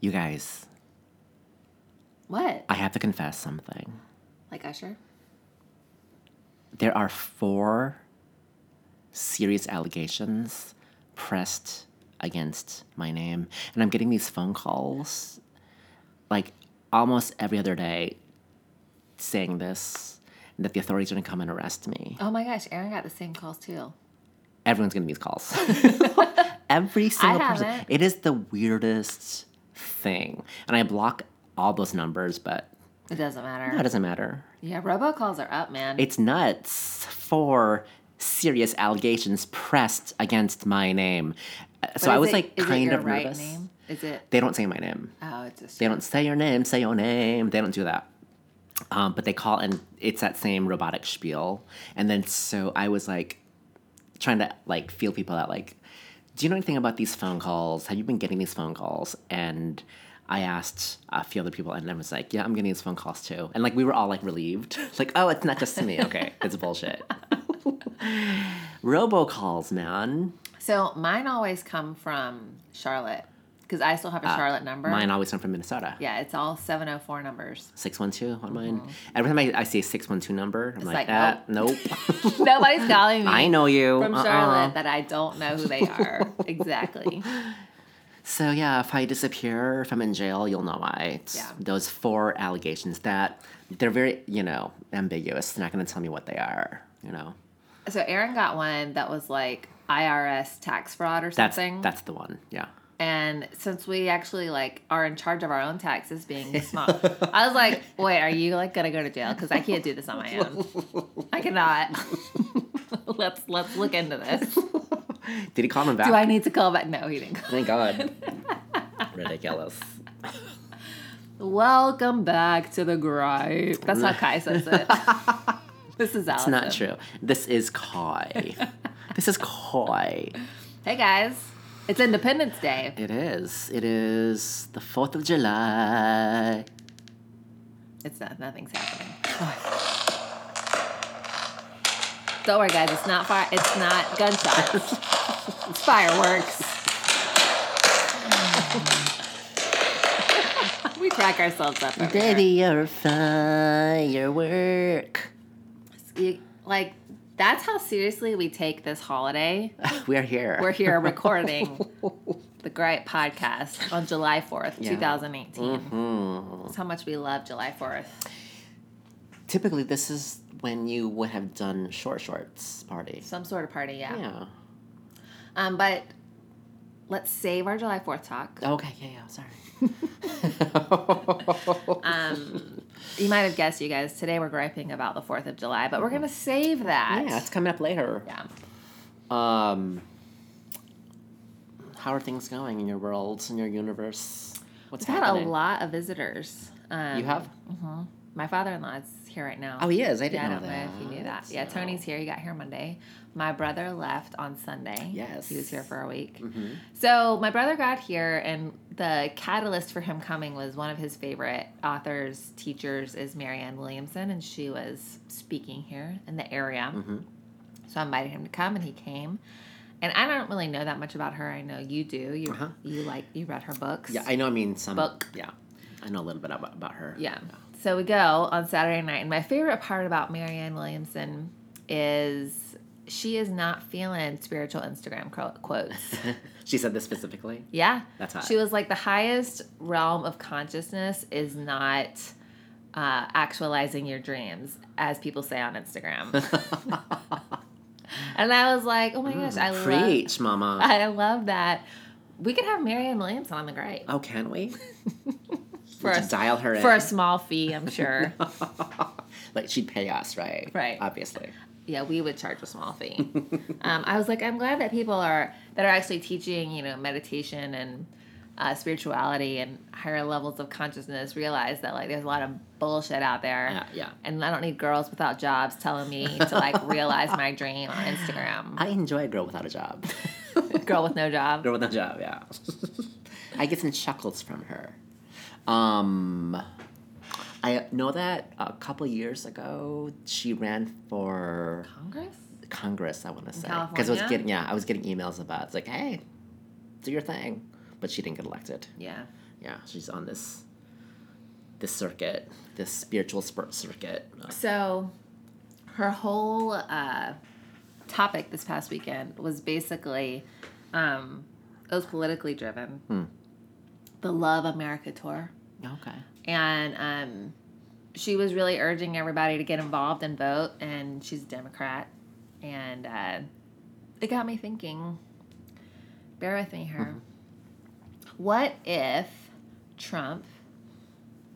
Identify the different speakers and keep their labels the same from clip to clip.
Speaker 1: You guys,
Speaker 2: What?
Speaker 1: I have to confess something.
Speaker 2: Like Usher?
Speaker 1: There are four serious allegations pressed against my name, and I'm getting these phone calls like almost every other day saying this and that the authorities are going to come and arrest me.
Speaker 2: Oh my gosh, Aaron got the same calls too.
Speaker 1: Everyone's getting these calls. Every single person.
Speaker 2: haven't.
Speaker 1: It is the weirdest thing. And I block all those numbers, but
Speaker 2: It doesn't matter.
Speaker 1: no, it doesn't matter.
Speaker 2: yeah, robocalls are up, man.
Speaker 1: It's nuts for serious allegations pressed against my name. Uh, So
Speaker 2: But
Speaker 1: I
Speaker 2: is
Speaker 1: was
Speaker 2: it-
Speaker 1: like
Speaker 2: is it
Speaker 1: kind
Speaker 2: your
Speaker 1: of
Speaker 2: right
Speaker 1: nervous.
Speaker 2: Name? Is it?
Speaker 1: They don't say my name.
Speaker 2: Oh, it's just.
Speaker 1: They don't say your name, say your name. They don't do that. Um, but they call and it's that same robotic spiel. And then so I was like trying to like feel people out like, do you know anything about these phone calls? Have you been getting these phone calls? And I asked a few other people and I was like, yeah, I'm getting these phone calls too. And like we were all like relieved. like, oh, it's not just to me. Okay, it's bullshit. Robocalls, man.
Speaker 2: So mine always come from Charlotte because I still have a Charlotte number.
Speaker 1: Uh, Mine always come from Minnesota.
Speaker 2: Yeah, it's all 704 numbers.
Speaker 1: 612 on mine. Every time I, I see a 612 number, I'm like,
Speaker 2: Mm-hmm. like,
Speaker 1: ah, nope.
Speaker 2: Nobody's calling me.
Speaker 1: I know you.
Speaker 2: From
Speaker 1: Uh-uh.
Speaker 2: Charlotte that I don't know who they are. exactly.
Speaker 1: So, yeah, if I disappear, if I'm in jail, you'll know why. It's
Speaker 2: Yeah.
Speaker 1: Those four allegations that they're very, you know, ambiguous. They're not going to tell me what they are, you know.
Speaker 2: So Aaron got one that was like IRS tax fraud or
Speaker 1: That's,
Speaker 2: something.
Speaker 1: that's the one. Yeah.
Speaker 2: and since we actually like are in charge of our own taxes being small, I was like, wait, are you like gonna go to jail? Because I can't do this on my own. I cannot. let's let's look into this.
Speaker 1: Did he call him back?
Speaker 2: Do I need to call back? No, he didn't. call.
Speaker 1: Thank God. Ridiculous.
Speaker 2: Welcome back to the gripe. That's how Kai says it. this is
Speaker 1: It's
Speaker 2: Allison.
Speaker 1: not true. This is coy. this is coy.
Speaker 2: Hey guys, it's Independence Day.
Speaker 1: It is. It is the 4th of July.
Speaker 2: It's not. Nothing's happening. Don't worry, guys. It's not fire. It's not gunshots. it's fireworks. we crack ourselves up. over here.
Speaker 1: Baby, you're a firework.
Speaker 2: You- like that's how seriously we take this holiday.
Speaker 1: We're here.
Speaker 2: We're here recording the Gripe podcast on July fourth, two thousand eighteen. That's how much we love July fourth.
Speaker 1: Typically, this is when you would have done short shorts party.
Speaker 2: Some sort of party, yeah.
Speaker 1: Yeah.
Speaker 2: Um, but let's save our July Fourth talk.
Speaker 1: Okay. Yeah. Yeah. Sorry.
Speaker 2: Um, you might have guessed, you guys. Today we're griping about the Fourth of July, but we're gonna save that.
Speaker 1: yeah, it's coming up later.
Speaker 2: Yeah.
Speaker 1: Um, how are things going in your world, in your universe? What's
Speaker 2: We've had a
Speaker 1: happening?
Speaker 2: lot of visitors. Um,
Speaker 1: You have?
Speaker 2: my father-in-law is here right now.
Speaker 1: Oh, he is. I didn't
Speaker 2: yeah, I
Speaker 1: know
Speaker 2: don't know
Speaker 1: that.
Speaker 2: if you knew that. Yeah,
Speaker 1: So-
Speaker 2: Tony's here. He got here Monday. My brother left on Sunday.
Speaker 1: Yes. Mm-hmm.
Speaker 2: He was here for a week. So my brother got here, and the catalyst for him coming was one of his favorite authors, teachers, is Marianne Williamson, and she was speaking here in the area.
Speaker 1: Mm-hmm.
Speaker 2: So I invited him to come, and he came. And I don't really know that much about her. I know you do. You
Speaker 1: Uh-huh.
Speaker 2: you like you read her books.
Speaker 1: Yeah, I know. I mean, some
Speaker 2: Book.
Speaker 1: Yeah, I know a little bit about, about her.
Speaker 2: Yeah. So we go on Saturday night, and my favorite part about Marianne Williamson is she is not feeling spiritual Instagram qu- quotes.
Speaker 1: she said this specifically.
Speaker 2: yeah.
Speaker 1: That's hot.
Speaker 2: She was like, the highest realm of consciousness is not uh, actualizing your dreams, as people say on Instagram. and I was like, oh my gosh, I love,
Speaker 1: Preach, Mama.
Speaker 2: I love that. We could have Marianne Williamson on the gripe
Speaker 1: Oh, can we? we
Speaker 2: for a,
Speaker 1: should dial her
Speaker 2: for
Speaker 1: in.
Speaker 2: a small fee, I'm sure.
Speaker 1: like she'd pay us, right?
Speaker 2: Right.
Speaker 1: Obviously.
Speaker 2: yeah, we would charge a small fee. um, I was like, I'm glad that people are that are actually teaching, you know, meditation and uh, spirituality and higher levels of consciousness realize that like there's a lot of bullshit out there.
Speaker 1: Yeah, Uh, yeah.
Speaker 2: And I don't need girls without jobs telling me to like realize my dream on Instagram.
Speaker 1: I enjoy girl without a job.
Speaker 2: Girl with no job.
Speaker 1: girl without a job, yeah. I get some chuckles from her. Um, I know that a couple years ago she ran for
Speaker 2: Congress?
Speaker 1: Congress. I want to say because I was
Speaker 2: California?
Speaker 1: getting yeah, I was getting emails about it's like hey, do your thing, but she didn't get elected.
Speaker 2: Yeah.
Speaker 1: yeah, she's on this this circuit, this spiritual spur- circuit.
Speaker 2: So, her whole uh, topic this past weekend was basically um, it was politically driven.
Speaker 1: Hmm.
Speaker 2: The Love America tour,
Speaker 1: Okay.
Speaker 2: and um, she was really urging everybody to get involved and vote. And she's a Democrat, and uh, it got me thinking. Bear with me here.
Speaker 1: Mm-hmm.
Speaker 2: What if Trump?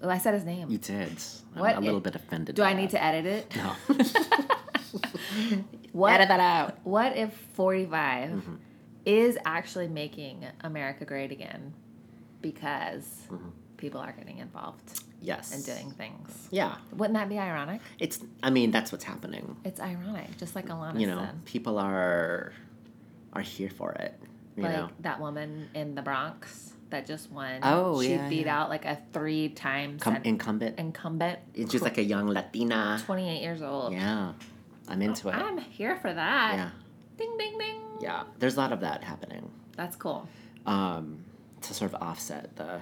Speaker 2: Oh, I said his name.
Speaker 1: You did. I'm
Speaker 2: What
Speaker 1: a little
Speaker 2: i-
Speaker 1: bit offended.
Speaker 2: Do
Speaker 1: by
Speaker 2: I need
Speaker 1: that.
Speaker 2: to edit it?
Speaker 1: No.
Speaker 2: What,
Speaker 1: that out. Mm-hmm.
Speaker 2: what if 45 is actually making America great again because
Speaker 1: Mm-hmm.
Speaker 2: people are getting involved
Speaker 1: Yes.
Speaker 2: and doing things?
Speaker 1: Yeah.
Speaker 2: Wouldn't that be ironic?
Speaker 1: It's. I mean, that's what's happening.
Speaker 2: It's ironic, just like Alana
Speaker 1: You know,
Speaker 2: said.
Speaker 1: people are are here for it. You
Speaker 2: like
Speaker 1: know.
Speaker 2: that woman in the Bronx that just won.
Speaker 1: Oh,
Speaker 2: She
Speaker 1: yeah,
Speaker 2: beat
Speaker 1: yeah.
Speaker 2: out like a three time
Speaker 1: Come incumbent.
Speaker 2: incumbent,
Speaker 1: It's just like a young Latina.
Speaker 2: 28 years old.
Speaker 1: Yeah. I'm into it.
Speaker 2: I'm here for that.
Speaker 1: Yeah.
Speaker 2: Ding, ding, ding.
Speaker 1: Yeah. There's a lot of that happening.
Speaker 2: That's cool.
Speaker 1: um, to sort of offset the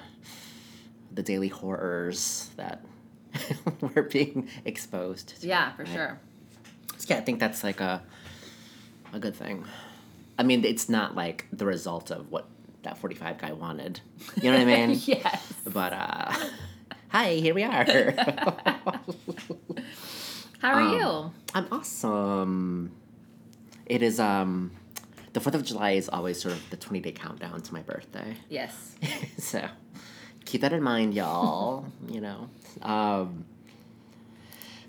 Speaker 1: the daily horrors that we're being exposed to.
Speaker 2: Yeah, for
Speaker 1: right?
Speaker 2: sure.
Speaker 1: So, yeah, I think that's like a a good thing. I mean, it's not like the result of what that forty five guy wanted. You know what I mean?
Speaker 2: yes.
Speaker 1: But uh, hi, here we are.
Speaker 2: How are
Speaker 1: Um,
Speaker 2: you?
Speaker 1: I'm awesome. It is um, the Fourth of July is always sort of the twenty day countdown to my birthday.
Speaker 2: Yes.
Speaker 1: so keep that in mind y'all you know um,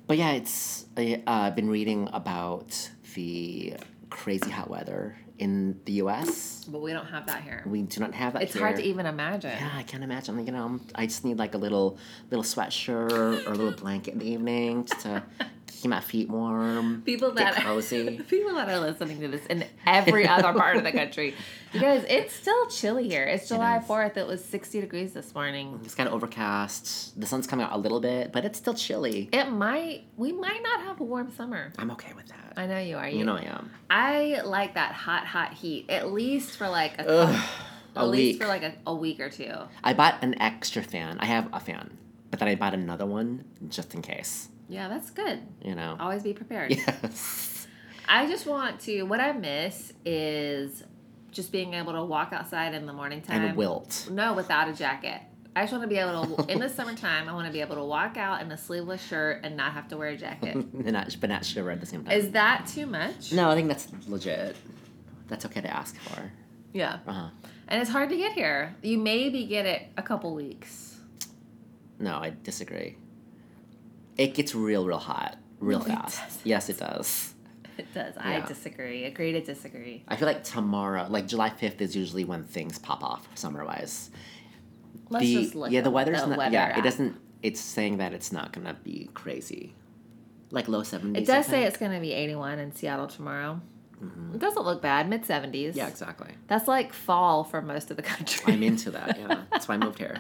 Speaker 1: but yeah it's I, uh, i've been reading about the crazy hot weather in the us
Speaker 2: But we don't have that here.
Speaker 1: we do not have that
Speaker 2: it's hard to
Speaker 1: here.
Speaker 2: even imagine.
Speaker 1: yeah i can't imagine you know I'm- i just need like a little little sweatshirt or a little blanket in the evening just to keep my feet warm
Speaker 2: People
Speaker 1: Get
Speaker 2: that
Speaker 1: cozy.
Speaker 2: people that are listening to this in every other part of the country, you guys, it's still chilly here. It's July
Speaker 1: is.
Speaker 2: fourth. It was sixty degrees this morning.
Speaker 1: it's kind of overcast the sun's coming out a little bit but it's still chilly
Speaker 2: It might we might not have a warm summer.
Speaker 1: i'm okay with that
Speaker 2: I know you are. You,
Speaker 1: you know i am
Speaker 2: I like that hot, hot heat at least for like a,
Speaker 1: Ugh,
Speaker 2: at
Speaker 1: a
Speaker 2: least
Speaker 1: week.
Speaker 2: for like a, a week or two.
Speaker 1: I bought an extra fan. I have a fan, but then I bought another one just in case.
Speaker 2: Yeah, that's good.
Speaker 1: You know.
Speaker 2: Always be prepared.
Speaker 1: Yes.
Speaker 2: I just want to. What I miss is just being able to walk outside in the morning time.
Speaker 1: And wilt.
Speaker 2: No, without a jacket. I just want to be able to, in the summertime, I want to be able to walk out in a sleeveless shirt and not have to wear a jacket.
Speaker 1: and not, but not shiver at the same time.
Speaker 2: Is that too much?
Speaker 1: no, I think that's legit. That's okay to ask for.
Speaker 2: Yeah.
Speaker 1: Uh huh.
Speaker 2: And it's hard to get here. You maybe get it a couple weeks.
Speaker 1: No, I disagree. It gets real, real hot, real
Speaker 2: No, it
Speaker 1: fast. yes, it does.
Speaker 2: It does. I
Speaker 1: Yeah.
Speaker 2: disagree. Agree to disagree.
Speaker 1: I feel like tomorrow, like July fifth, is usually when things pop off summer wise.
Speaker 2: Let's
Speaker 1: the,
Speaker 2: just look.
Speaker 1: yeah, the
Speaker 2: up
Speaker 1: weather's not.
Speaker 2: weather
Speaker 1: yeah,
Speaker 2: app.
Speaker 1: it doesn't. It's saying that it's not gonna be crazy, like low seventies.
Speaker 2: It does say it's going to be 81 in Seattle tomorrow. It doesn't look bad. Mid 70s.
Speaker 1: Yeah, exactly.
Speaker 2: That's like fall for most of the country.
Speaker 1: I'm into that. Yeah, that's why I moved here.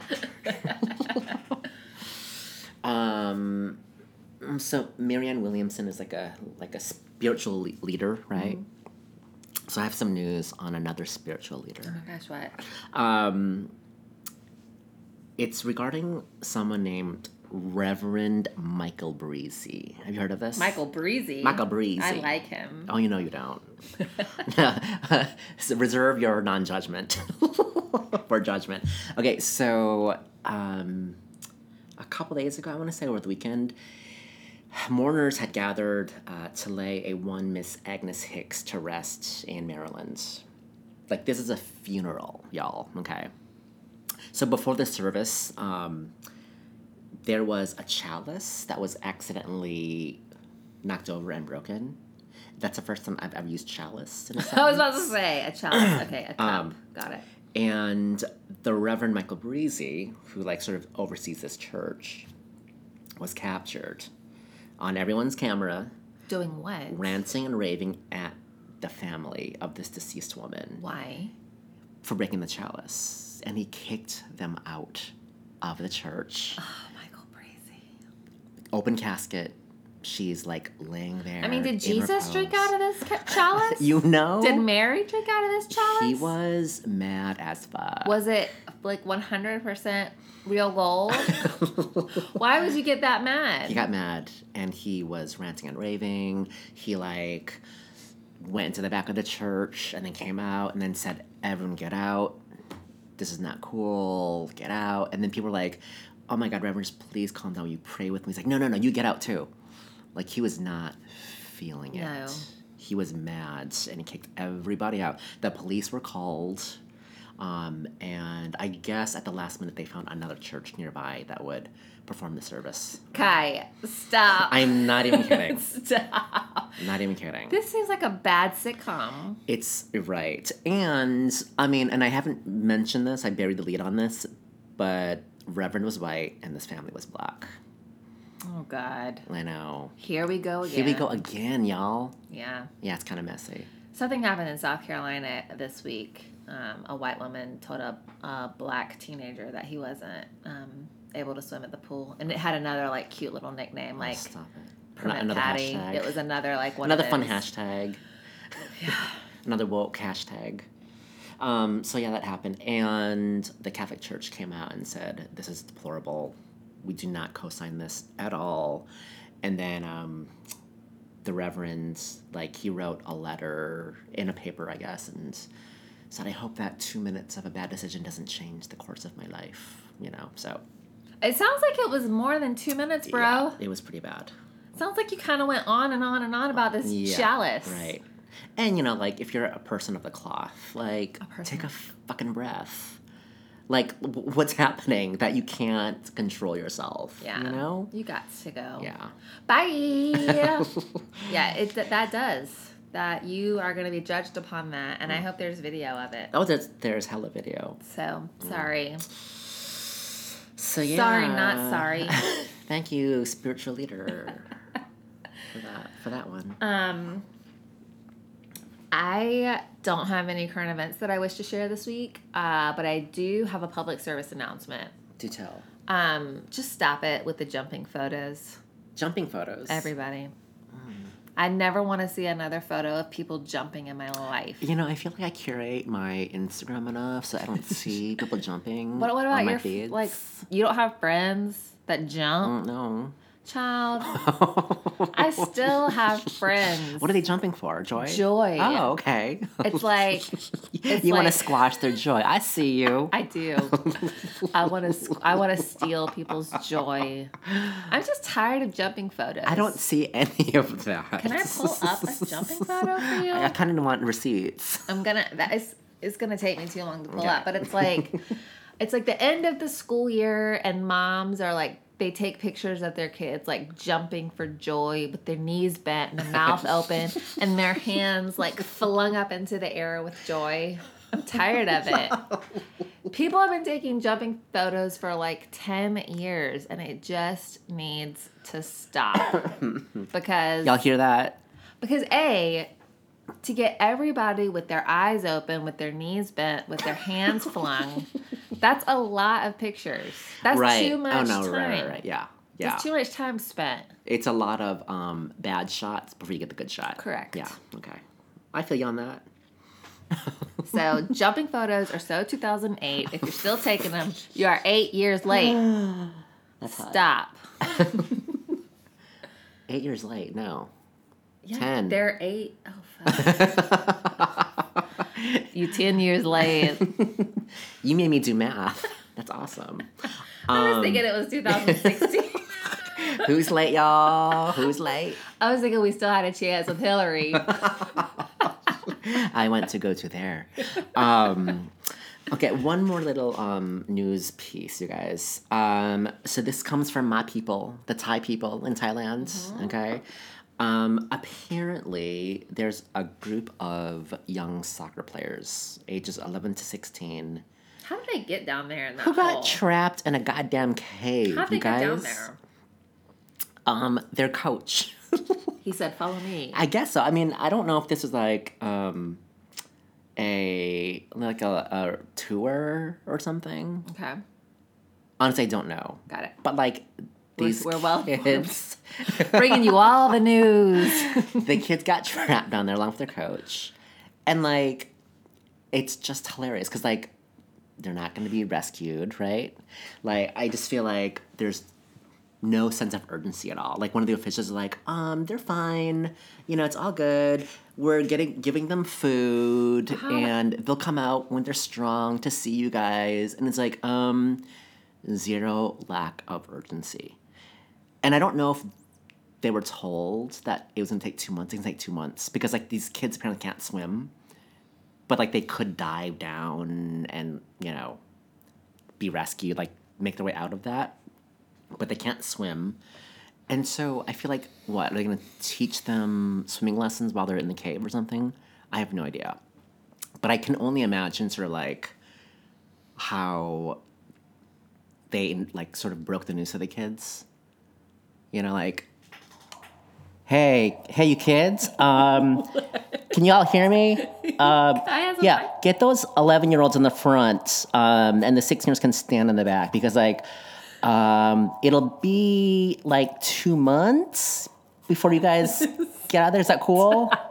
Speaker 2: Oh
Speaker 1: um, so Marianne Williamson is like a like a spiritual le- leader, right?
Speaker 2: Mm-hmm.
Speaker 1: So I have some news on another spiritual
Speaker 2: oh
Speaker 1: leader.
Speaker 2: my gosh, what?
Speaker 1: Um, it's regarding someone named Reverend Michael Breezy. Have you heard of this?
Speaker 2: Michael Breezy.
Speaker 1: Michael Breezy.
Speaker 2: I like him.
Speaker 1: Oh, you know you don't. So reserve your non judgment for judgment. Okay, so um, a couple days ago, I want to say over the weekend, mourners had gathered uh, to lay a one Miss Agnes Hicks to rest in Maryland. Like, this is a funeral, y'all, okay? So before the service, um, there was a chalice that was accidentally knocked over and broken. That's the first time I've ever used chalice in a
Speaker 2: I was
Speaker 1: sentence.
Speaker 2: about to say a chalice. Okay, a cup.
Speaker 1: Um,
Speaker 2: Got it.
Speaker 1: and the Reverend Michael Breezy, who like sort of oversees this church, was captured on everyone's camera,
Speaker 2: Doing what?
Speaker 1: ranting and raving at the family of this deceased woman
Speaker 2: Why?
Speaker 1: for breaking the chalice. And he kicked them out of the church.
Speaker 2: Oh, Michael Brazy.
Speaker 1: Open casket, she's like laying there.
Speaker 2: I mean,
Speaker 1: in
Speaker 2: did Jesus drink
Speaker 1: repose.
Speaker 2: out of this ca- chalice?
Speaker 1: You know,
Speaker 2: did Mary drink out of this chalice?
Speaker 1: he was mad as fuck.
Speaker 2: Was it like 100% real gold? Why would you get that mad?
Speaker 1: he got mad and he was ranting and raving. He like went into the back of the church and then came out and then said, "Everyone get out. This is not cool. Get out." And then people were like, "Oh my god, Reverend, please calm down. Will You pray with me." He's like, "No, no, no. You get out too." Like he was not feeling it.
Speaker 2: No.
Speaker 1: He was mad and he kicked everybody out. The police were called. Um, and I guess at the last minute they found another church nearby that would perform the service.
Speaker 2: Kai, stop.
Speaker 1: I'm not even kidding.
Speaker 2: stop.
Speaker 1: not even kidding.
Speaker 2: This seems like a bad sitcom.
Speaker 1: It's right. And I mean, and I haven't mentioned this, I buried the lead on this, but Reverend was white and this family was black.
Speaker 2: Oh, God.
Speaker 1: I know.
Speaker 2: Here we go again.
Speaker 1: Here we go again, y'all.
Speaker 2: Yeah.
Speaker 1: Yeah, it's kind of messy.
Speaker 2: Something happened in South Carolina this week. Um, a white woman told a, a black teenager that he wasn't um, able to swim at the pool, and it had another like cute little nickname, like
Speaker 1: Stop it. Not
Speaker 2: Permit
Speaker 1: another
Speaker 2: Patty.
Speaker 1: hashtag.
Speaker 2: It was another like one.
Speaker 1: another
Speaker 2: of
Speaker 1: fun
Speaker 2: those-
Speaker 1: hashtag. another woke hashtag. Um, so yeah, that happened, and the Catholic Church came out and said this is deplorable. We do not co-sign this at all. And then um, the Reverend, like, he wrote a letter in a paper, I guess, and said, "I hope that two minutes of a bad decision doesn't change the course of my life." You know, so
Speaker 2: It sounds like it was more than two minutes, bro.
Speaker 1: yeah, it was pretty bad.
Speaker 2: Sounds like you kind of went on and on and on about this
Speaker 1: Yeah,
Speaker 2: chalice.
Speaker 1: Right. And you know, like if you're a person of the cloth, like
Speaker 2: person.
Speaker 1: take a fucking breath. Like w- what's happening that you can't control yourself?
Speaker 2: Yeah.
Speaker 1: You know.
Speaker 2: You got to go.
Speaker 1: Yeah.
Speaker 2: Bye. yeah. It that- that does that. You are going to be judged upon that, and I hope there's video of it.
Speaker 1: Mm. oh, Mm. there's there's hella video.
Speaker 2: So sorry.
Speaker 1: So yeah.
Speaker 2: Sorry, not sorry.
Speaker 1: Thank you, spiritual leader, for that for that one.
Speaker 2: Um, I don't have any current events that I wish to share this week, uh, but I do have a public service announcement.
Speaker 1: Do tell.
Speaker 2: Um, just stop it with the jumping photos,
Speaker 1: Jumping photos.
Speaker 2: everybody. I never want to see another photo of people jumping in my life.
Speaker 1: You know, I feel like I curate my Instagram enough so I don't see people jumping.
Speaker 2: What, what
Speaker 1: on
Speaker 2: about
Speaker 1: my
Speaker 2: your
Speaker 1: feeds.
Speaker 2: feeds? like? You don't have friends that jump,
Speaker 1: No.
Speaker 2: child. I still have friends.
Speaker 1: What are they jumping for? Joy?
Speaker 2: Joy.
Speaker 1: Oh, okay.
Speaker 2: It's like it's
Speaker 1: you want
Speaker 2: like-
Speaker 1: to squash their joy. I see you.
Speaker 2: I do. I want to. I want to steal people's joy. I'm just tired of jumping photos.
Speaker 1: I don't see any of that.
Speaker 2: Can I pull up a jumping photo for you?
Speaker 1: I kind of want receipts.
Speaker 2: I'm gonna. That is. It's gonna take me too long to pull
Speaker 1: Okay.
Speaker 2: up, but it's like, it's like the end of the school year, and moms are like, they take pictures of their kids like jumping for joy with their knees bent and their mouth open and their hands like flung up into the air with joy. I'm tired of it. People have been taking jumping photos for like 10 years and it just needs to stop. because
Speaker 1: Y'all hear that?
Speaker 2: because A, to get everybody with their eyes open, with their knees bent, with their hands flung, that's a lot of pictures. That's
Speaker 1: right.
Speaker 2: too much
Speaker 1: oh no.
Speaker 2: time.
Speaker 1: Right. Right. Right. Yeah. Yeah.
Speaker 2: That's too much time spent.
Speaker 1: it's a lot of um, bad shots before you get the good shot.
Speaker 2: Correct.
Speaker 1: Yeah. Okay. I feel you on that.
Speaker 2: So jumping photos are so 2008. If you're still taking them, you are eight years late. Stop.
Speaker 1: Eight years late. No.
Speaker 2: Yeah,
Speaker 1: Ten.
Speaker 2: They're eight. Oh, fuck. you 10 years late.
Speaker 1: You made me do math. That's awesome.
Speaker 2: I was
Speaker 1: Um.
Speaker 2: thinking it was 2016.
Speaker 1: Who's late, y'all? Who's late?
Speaker 2: I was thinking we still had a chance with Hillary.
Speaker 1: I want to go to there. Um, okay, one more little um, news piece, you guys. Um, so this comes from my people, the Thai people in Thailand.
Speaker 2: Mm-hmm.
Speaker 1: Okay. Um, apparently, there's a group of young soccer players, ages 11 to 16,
Speaker 2: How did they get down there in that
Speaker 1: who
Speaker 2: hole?
Speaker 1: got trapped in a goddamn cave.
Speaker 2: Oh. How'd
Speaker 1: you
Speaker 2: they
Speaker 1: guys,
Speaker 2: get down there?
Speaker 1: um, their coach.
Speaker 2: He said, "Follow me."
Speaker 1: I guess so. I mean, I don't know if this was like um a like a, a tour or something.
Speaker 2: okay,
Speaker 1: Honestly, I don't know.
Speaker 2: got it.
Speaker 1: But like These
Speaker 2: we're, we're well informed.
Speaker 1: kids.
Speaker 2: Bringing you all the news.
Speaker 1: the kids got trapped down there along with their coach. And like, it's just hilarious because like, they're not going to be rescued, right? Like, I just feel like there's no sense of urgency at all. Like, one of the officials is like, um, they're fine. You know, it's all good. We're getting giving them food, and they'll come out when they're strong to see you guys. And it's like, um, zero lack of urgency. And I don't know if they were told that it was gonna take two months. It's gonna take two months because like these kids apparently can't swim, but like they could dive down and you know be rescued, like make their way out of that, but they can't swim. And so I feel like what are they gonna teach them swimming lessons while they're in the cave or something? I have no idea, but I can only imagine sort of like how they like sort of broke the news to the kids. You know, like Hey, hey, you kids. Um, can you all hear me?
Speaker 2: I have a
Speaker 1: Yeah, get those 11 year olds in the front, um, and the 16 years can stand in the back because, like, um, it'll be like two months before you guys get out there. Is that cool?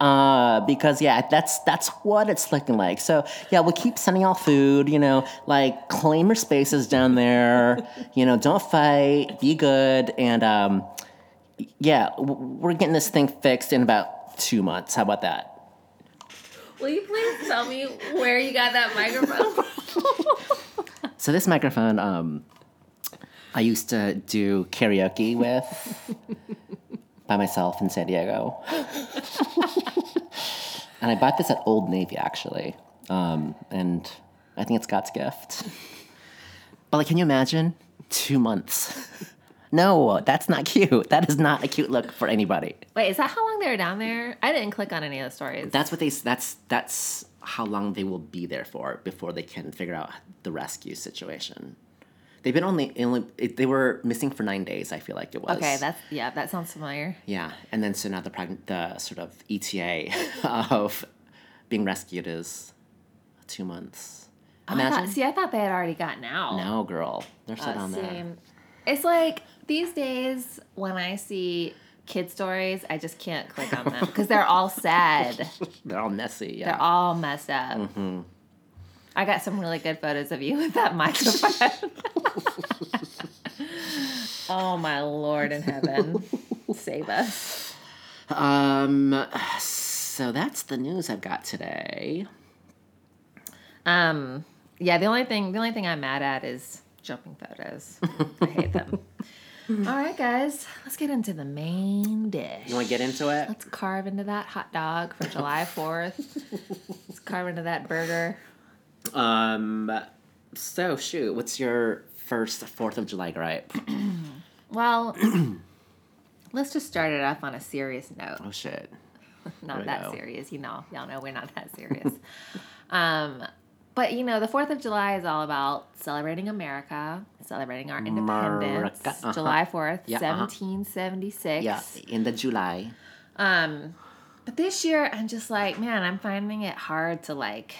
Speaker 1: Uh, because yeah, that's that's what it's looking like. So yeah, we'll keep sending out food. You know, like claim your spaces down there. You know, don't fight. Be good. And um, yeah, w- we're getting this thing fixed in about two months. How about that?
Speaker 2: Will you please tell me where you got that microphone?
Speaker 1: So this microphone, um, I used to do karaoke with by myself in San Diego, and I bought this at Old Navy actually, um, and I think it's God's gift. But like, can you imagine two months? No, that's not cute. That is not a cute look for anybody.
Speaker 2: Wait, is that how long they were down there? I didn't click on any of the stories.
Speaker 1: That's what they. s- That's that's how long they will be there for before they can figure out the rescue situation. They've been only only it, they were missing for nine days. I feel like it was.
Speaker 2: okay, that's yeah, that sounds familiar.
Speaker 1: yeah, and then so now the preg- the sort of ETA of being rescued is two months.
Speaker 2: Oh, I thought-
Speaker 1: Imagine.
Speaker 2: see, I thought they had already gotten out.
Speaker 1: no, girl, they're still
Speaker 2: Uh,
Speaker 1: down there.
Speaker 2: same. It's like these days when I see kid stories, I just can't click on them because they're all sad.
Speaker 1: They're all messy. Yeah.
Speaker 2: They're all messed up. I got some really good photos of you with that microphone. oh my lord in heaven, save us!
Speaker 1: um. So that's the news I've got today.
Speaker 2: Um, yeah, the only thing the only thing I'm mad at is jumping photos. I hate them. all right, guys, let's get into the main dish.
Speaker 1: You want to get into it?
Speaker 2: Let's carve into that hot dog for July 4th. Let's carve into that burger.
Speaker 1: Um. So shoot, what's your first Fourth of July gripe?
Speaker 2: Well, let's just start it off on a serious note.
Speaker 1: Oh shit.
Speaker 2: Not
Speaker 1: we
Speaker 2: that
Speaker 1: go.
Speaker 2: serious, you know. Y'all know we're not that serious. um, but you know, the 4th of July is all about celebrating America, celebrating our independence.
Speaker 1: America, uh-huh.
Speaker 2: July 4th,
Speaker 1: Yeah, uh-huh.
Speaker 2: 1776.
Speaker 1: Yeah, in the July.
Speaker 2: Um, but this year, I'm just like, man, I'm finding it hard to like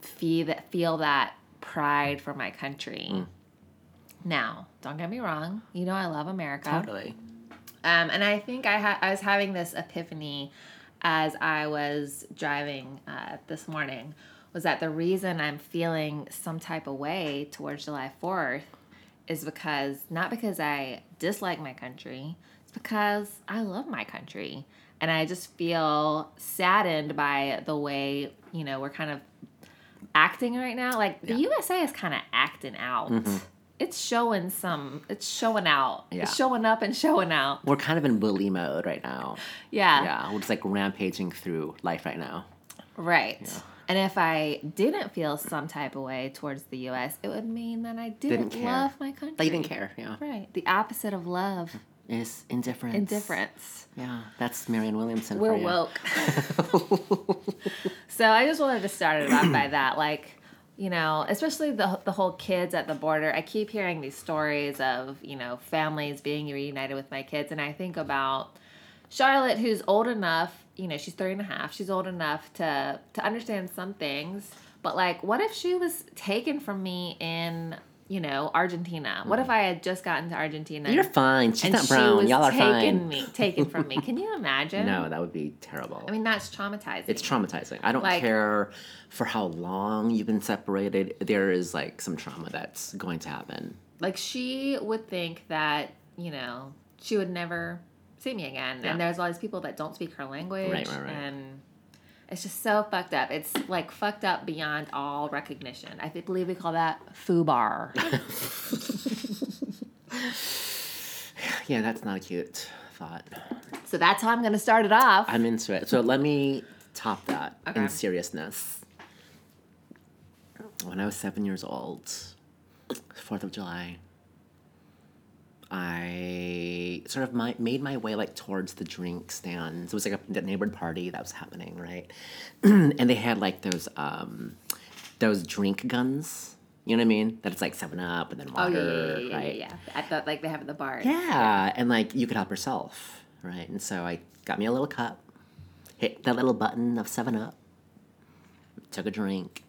Speaker 2: feel that feel that pride for my country.
Speaker 1: Mm.
Speaker 2: Now, don't get me wrong. You know I love America.
Speaker 1: Totally.
Speaker 2: Um, and I think I ha- I was having this epiphany as I was driving uh, this morning was that the reason I'm feeling some type of way towards July 4th is because not because I dislike my country, it's because I love my country. And I just feel saddened by the way, you know, we're kind of acting right now. Like the USA is kind of acting out. It's showing some, it's showing out.
Speaker 1: Yeah.
Speaker 2: It's showing up and showing out.
Speaker 1: We're kind of in bully mode right now.
Speaker 2: Yeah.
Speaker 1: Yeah, we're just like rampaging through life right now.
Speaker 2: Right. And if I didn't feel some type of way towards the US, it would mean that I didn't,
Speaker 1: Didn't care.
Speaker 2: love my country.
Speaker 1: They didn't care. Yeah,
Speaker 2: Right. The opposite of love,
Speaker 1: it's indifference.
Speaker 2: indifference.
Speaker 1: Yeah, that's Marianne Williamson.
Speaker 2: We're
Speaker 1: for you.
Speaker 2: woke. so I just wanted to start it off by that. Like, you know, especially the, the whole kids at the border. I keep hearing these stories of, you know, families being reunited with my kids. And I think about Charlotte, who's old enough, you know, she's three and a half. She's old enough to, to understand some things. But like, what if she was taken from me in, you you know, Argentina. What if I had just gotten to Argentina?
Speaker 1: You're fine. She's
Speaker 2: and
Speaker 1: not
Speaker 2: She
Speaker 1: brown.
Speaker 2: was
Speaker 1: Y'all are
Speaker 2: taken
Speaker 1: fine.
Speaker 2: me, taken from me. Can you imagine?
Speaker 1: No, that would be terrible.
Speaker 2: I mean, that's traumatizing.
Speaker 1: it's traumatizing. I don't
Speaker 2: Like-
Speaker 1: care for how long you've been separated. There is like some trauma that's going to happen.
Speaker 2: like she would think that you know she would never see me again
Speaker 1: Yeah.
Speaker 2: and there's all these people that don't speak her language
Speaker 1: Right, right, right.
Speaker 2: and it's just so fucked up it's like fucked up beyond all recognition i th- believe we call that foobar
Speaker 1: Yeah, that's not a cute thought.
Speaker 2: so that's how i'm gonna start it off
Speaker 1: I'm into it. So let me top that
Speaker 2: Okay.
Speaker 1: in seriousness. When I was seven years old, Fourth of July, I sort of my, made my way like towards the drink stands. It was like a the neighborhood party that was happening, right? and they had like those um, those drink guns. You know what I mean? That it's like Seven Up and then
Speaker 2: oh
Speaker 1: water,
Speaker 2: yeah yeah yeah, yeah,
Speaker 1: right?
Speaker 2: yeah, yeah. at the like they have at the bar
Speaker 1: Yeah, and like you could help yourself, right? And so I got me a little cup, hit that little button of Seven Up, took a drink,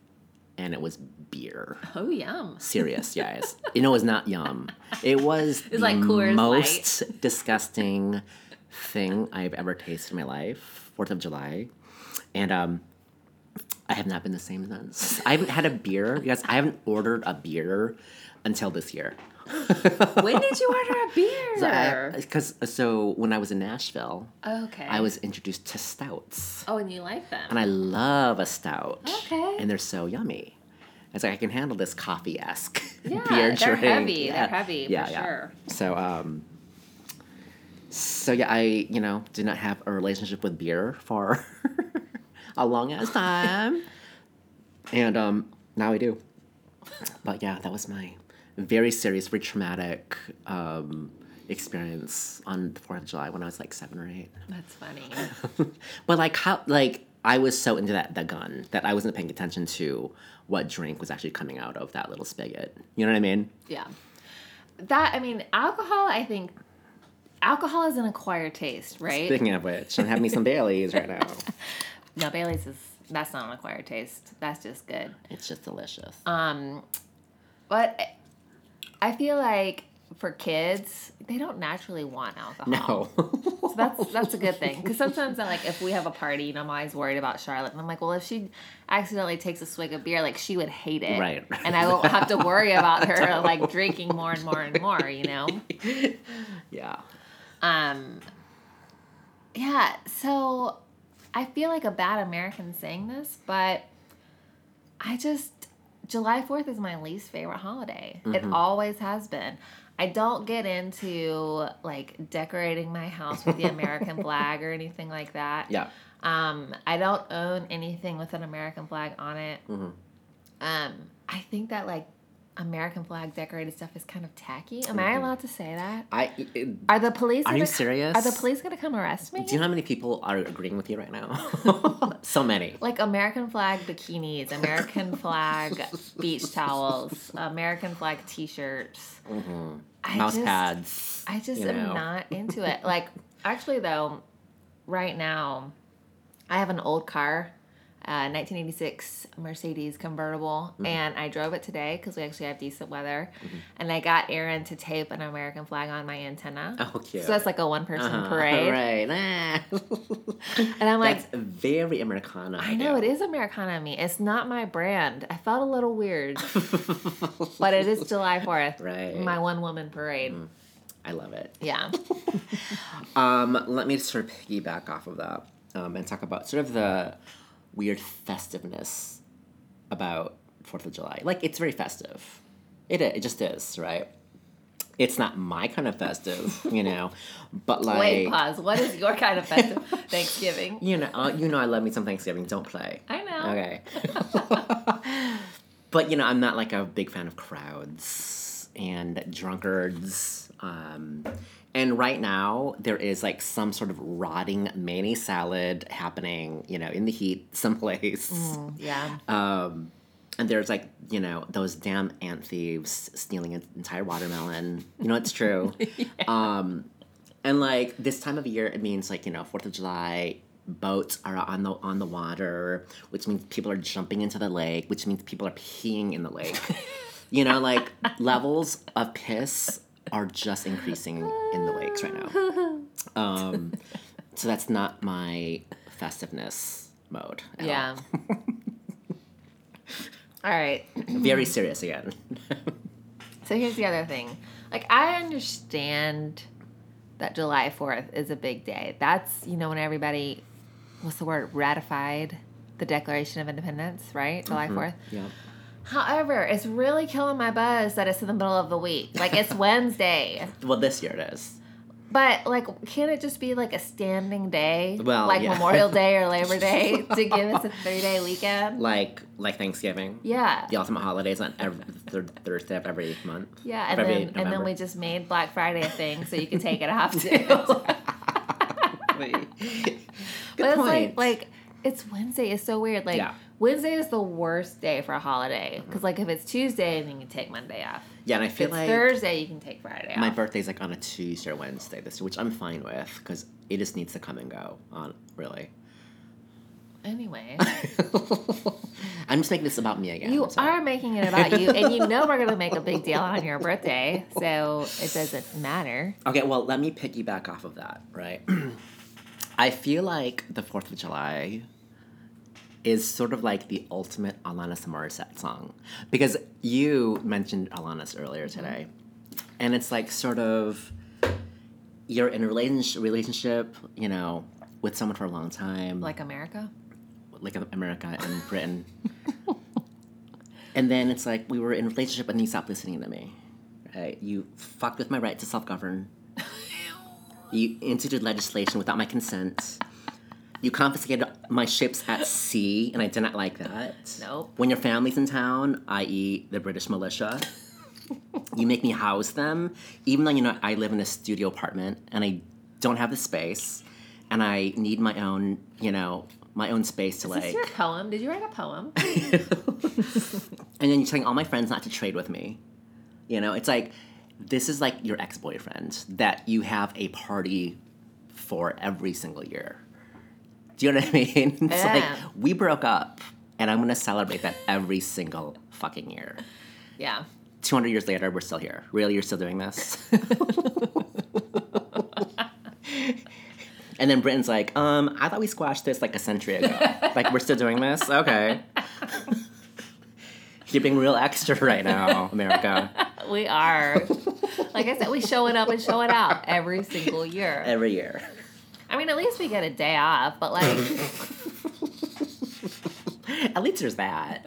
Speaker 1: and it was beer.
Speaker 2: oh yum
Speaker 1: Serious, guys. you know, it was not yum. It was the
Speaker 2: like Coors Light.
Speaker 1: most disgusting thing I've ever tasted in my life. Fourth of July, and um. I have not been the same since. I haven't had a beer. You guys, I haven't ordered a beer until this year.
Speaker 2: when did you order a beer
Speaker 1: Because uh, so when I was in Nashville,
Speaker 2: okay
Speaker 1: I was introduced to stouts,
Speaker 2: oh and you like them
Speaker 1: and I love a stout.
Speaker 2: Okay.
Speaker 1: And they're so yummy. It's like I can handle this coffee esque
Speaker 2: yeah,
Speaker 1: beer
Speaker 2: they're
Speaker 1: drink.
Speaker 2: heavy.
Speaker 1: Yeah.
Speaker 2: They're heavy
Speaker 1: Yeah,
Speaker 2: for
Speaker 1: yeah.
Speaker 2: sure.
Speaker 1: So um. So yeah, I you know did not have a relationship with beer for a long ass time, and um now I do. But yeah, that was my very serious, very traumatic um, experience on the Fourth of July when I was like seven or eight.
Speaker 2: That's funny.
Speaker 1: But like how like I was so into that that gun that I wasn't paying attention to what drink was actually coming out of that little spigot. You know what I mean?
Speaker 2: Yeah. That I mean, alcohol. I think alcohol is an acquired taste, right?
Speaker 1: Speaking of which, I'm having me some Baileys right now.
Speaker 2: no, Bailey's is that's not an acquired taste. That's just good.
Speaker 1: It's just delicious.
Speaker 2: Um, but I- I feel like for kids, they don't naturally want alcohol.
Speaker 1: no.
Speaker 2: So that's that's a good thing because sometimes I'm like, if we have a party, you know, I'm always worried about Charlotte, and I'm like, well, if she accidentally takes a swig of beer, like she would hate it,
Speaker 1: Right.
Speaker 2: And I won't have to worry about her like drinking more and more and more, you know.
Speaker 1: yeah.
Speaker 2: Um, yeah, so I feel like a bad American saying this, but I just, July 4th is my least favorite holiday. It always has been. I don't get into like decorating my house with the American flag or anything like that.
Speaker 1: Yeah.
Speaker 2: Um, I don't own anything with an American flag on it.
Speaker 1: Mhm.
Speaker 2: Um, I think that like American flag decorated stuff is kind of tacky. Am I allowed to say that?
Speaker 1: I. it-
Speaker 2: Are the police?
Speaker 1: Are
Speaker 2: gonna
Speaker 1: you
Speaker 2: co-
Speaker 1: serious?
Speaker 2: Are the police gonna come arrest me?
Speaker 1: do you know how many people are agreeing with you right now? so many.
Speaker 2: like American flag bikinis, American flag beach towels, American flag T-shirts.
Speaker 1: Mhm.
Speaker 2: I
Speaker 1: Mouse
Speaker 2: just,
Speaker 1: pads.
Speaker 2: I just
Speaker 1: you
Speaker 2: am
Speaker 1: know.
Speaker 2: not into it. Like, actually, though, right now, I have an old car, uh, 1986 Mercedes convertible,
Speaker 1: Mm-hmm.
Speaker 2: and I drove it today because we actually have decent weather. And I got Aaron to tape an American flag on my antenna.
Speaker 1: Oh, cute.
Speaker 2: So that's like a one-person
Speaker 1: Uh-huh.
Speaker 2: parade,
Speaker 1: Right. Ah.
Speaker 2: and I'm like,
Speaker 1: That's very Americana.
Speaker 2: I know it is Americana of me. It's not my brand. I felt a little weird, but it is July 4th.
Speaker 1: Right. Mm.
Speaker 2: My one woman parade.
Speaker 1: I love it.
Speaker 2: Yeah.
Speaker 1: Um, let me sort of piggyback off of that um, and talk about sort of the weird festiveness about Fourth of July. Like it's very festive. It i- it just is, right? It's not my kind of festive, you know, but like
Speaker 2: Wait, pause. What is your kind of festive Thanksgiving?
Speaker 1: you know, uh, you know, I love me some Thanksgiving. Don't play.
Speaker 2: I know.
Speaker 1: Okay. but you know, I'm not like a big fan of crowds and drunkards. Um, and right now, there is like some sort of rotting mayonnaise salad happening, you know, in the heat someplace.
Speaker 2: Mm, Yeah.
Speaker 1: Um, and there's like, you know, those damn ant thieves stealing an entire watermelon. You know, it's true. Um, and like this time of year, it means like, you know, 4th of July, boats are on the on the water, which means people are jumping into the lake, which means people are peeing in the lake. You know, like levels of piss are just increasing in the wakes right now. Um, so that's not my festiveness mode. at all.
Speaker 2: Yeah. All right.
Speaker 1: Very serious again.
Speaker 2: So here's the other thing. Like I understand that July 4th is a big day. That's, you know, when everybody what's the word, ratified the Declaration of Independence, right? July
Speaker 1: Mm-hmm.
Speaker 2: 4th.
Speaker 1: yeah.
Speaker 2: However, it's really killing my buzz that it's in the middle of the week. Like it's Wednesday.
Speaker 1: Well, this year it is.
Speaker 2: But like can it just be like a standing day?
Speaker 1: Well,
Speaker 2: like
Speaker 1: yeah.
Speaker 2: Memorial Day or Labor Day to give us a 3-day weekend?
Speaker 1: Like like Thanksgiving.
Speaker 2: Yeah.
Speaker 1: The ultimate holidays on every third Thursday of every month.
Speaker 2: Yeah,
Speaker 1: of
Speaker 2: and
Speaker 1: every
Speaker 2: then and then
Speaker 1: November.
Speaker 2: we just made Black Friday a thing, so you can take it off too.
Speaker 1: Good
Speaker 2: but it's
Speaker 1: point.
Speaker 2: like like it's Wednesday. It's so weird. Like
Speaker 1: Yeah.
Speaker 2: Wednesday is the worst day for a holiday because like if it's Tuesday, then you can take Monday off.
Speaker 1: yeah, and I
Speaker 2: If
Speaker 1: feel
Speaker 2: it's
Speaker 1: like
Speaker 2: Thursday, you can take Friday
Speaker 1: my
Speaker 2: off.
Speaker 1: birthday's like on a Tuesday or Wednesday this year, which I'm fine with because it just needs to come and go on really.
Speaker 2: Anyway,
Speaker 1: I'm just making this about me again.
Speaker 2: you
Speaker 1: I'm sorry.
Speaker 2: are making it about you, and you know we're gonna make a big deal on your birthday, so it doesn't matter.
Speaker 1: Okay, well, let me piggyback off of that, right? I feel like the 4th of July is sort of like the ultimate Alanis Morissette song. Because you mentioned Alanis earlier today. And it's like sort of you're in a relationship, relationship, you know, with someone for a long time, like,
Speaker 2: Like America,
Speaker 1: like America and Britain. and then it's like we were in a relationship and you stopped listening to me. Right? You fucked with my right to self govern. You instituted legislation without my consent. You confiscated my ships at sea, and I did not like that.
Speaker 2: Nope.
Speaker 1: When your family's in town, i.e., the British militia, you make me house them, even though you know I live in a studio apartment and I don't have the space, and I need my own, you know, my own space to
Speaker 2: is
Speaker 1: like.
Speaker 2: this your poem? Did you write a poem?
Speaker 1: and then you're telling all my friends not to trade with me. You know, it's like this is like your ex boyfriend that you have a party for every single year. Do you know what I mean? It's like
Speaker 2: Yeah.
Speaker 1: we broke up, and I'm gonna celebrate that every single fucking year.
Speaker 2: yeah.
Speaker 1: 200 years later, we're still here. Really, you're still doing this? and then Britain's like, um, I thought we squashed this like a century ago. like, we're still doing this? Okay. you're being real extra right now, America.
Speaker 2: We are, like I said, we showing up and showing out every single year.
Speaker 1: Every year.
Speaker 2: I mean, at least we get a day off, but like,
Speaker 1: At least there's that.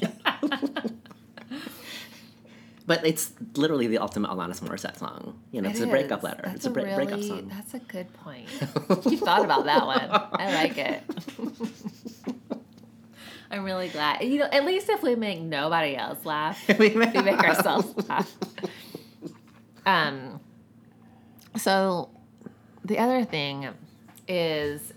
Speaker 1: but it's literally the ultimate Alanis Morissette song. You know, it's
Speaker 2: it
Speaker 1: a breakup
Speaker 2: is.
Speaker 1: letter.
Speaker 2: That's
Speaker 1: it's a, break breakup
Speaker 2: really-
Speaker 1: song.
Speaker 2: That's a good point. you thought about that one. I like it. I'm really glad. You know, at least if we make nobody else laugh,
Speaker 1: we
Speaker 2: we make ourselves laugh. Um. So, the other thing is,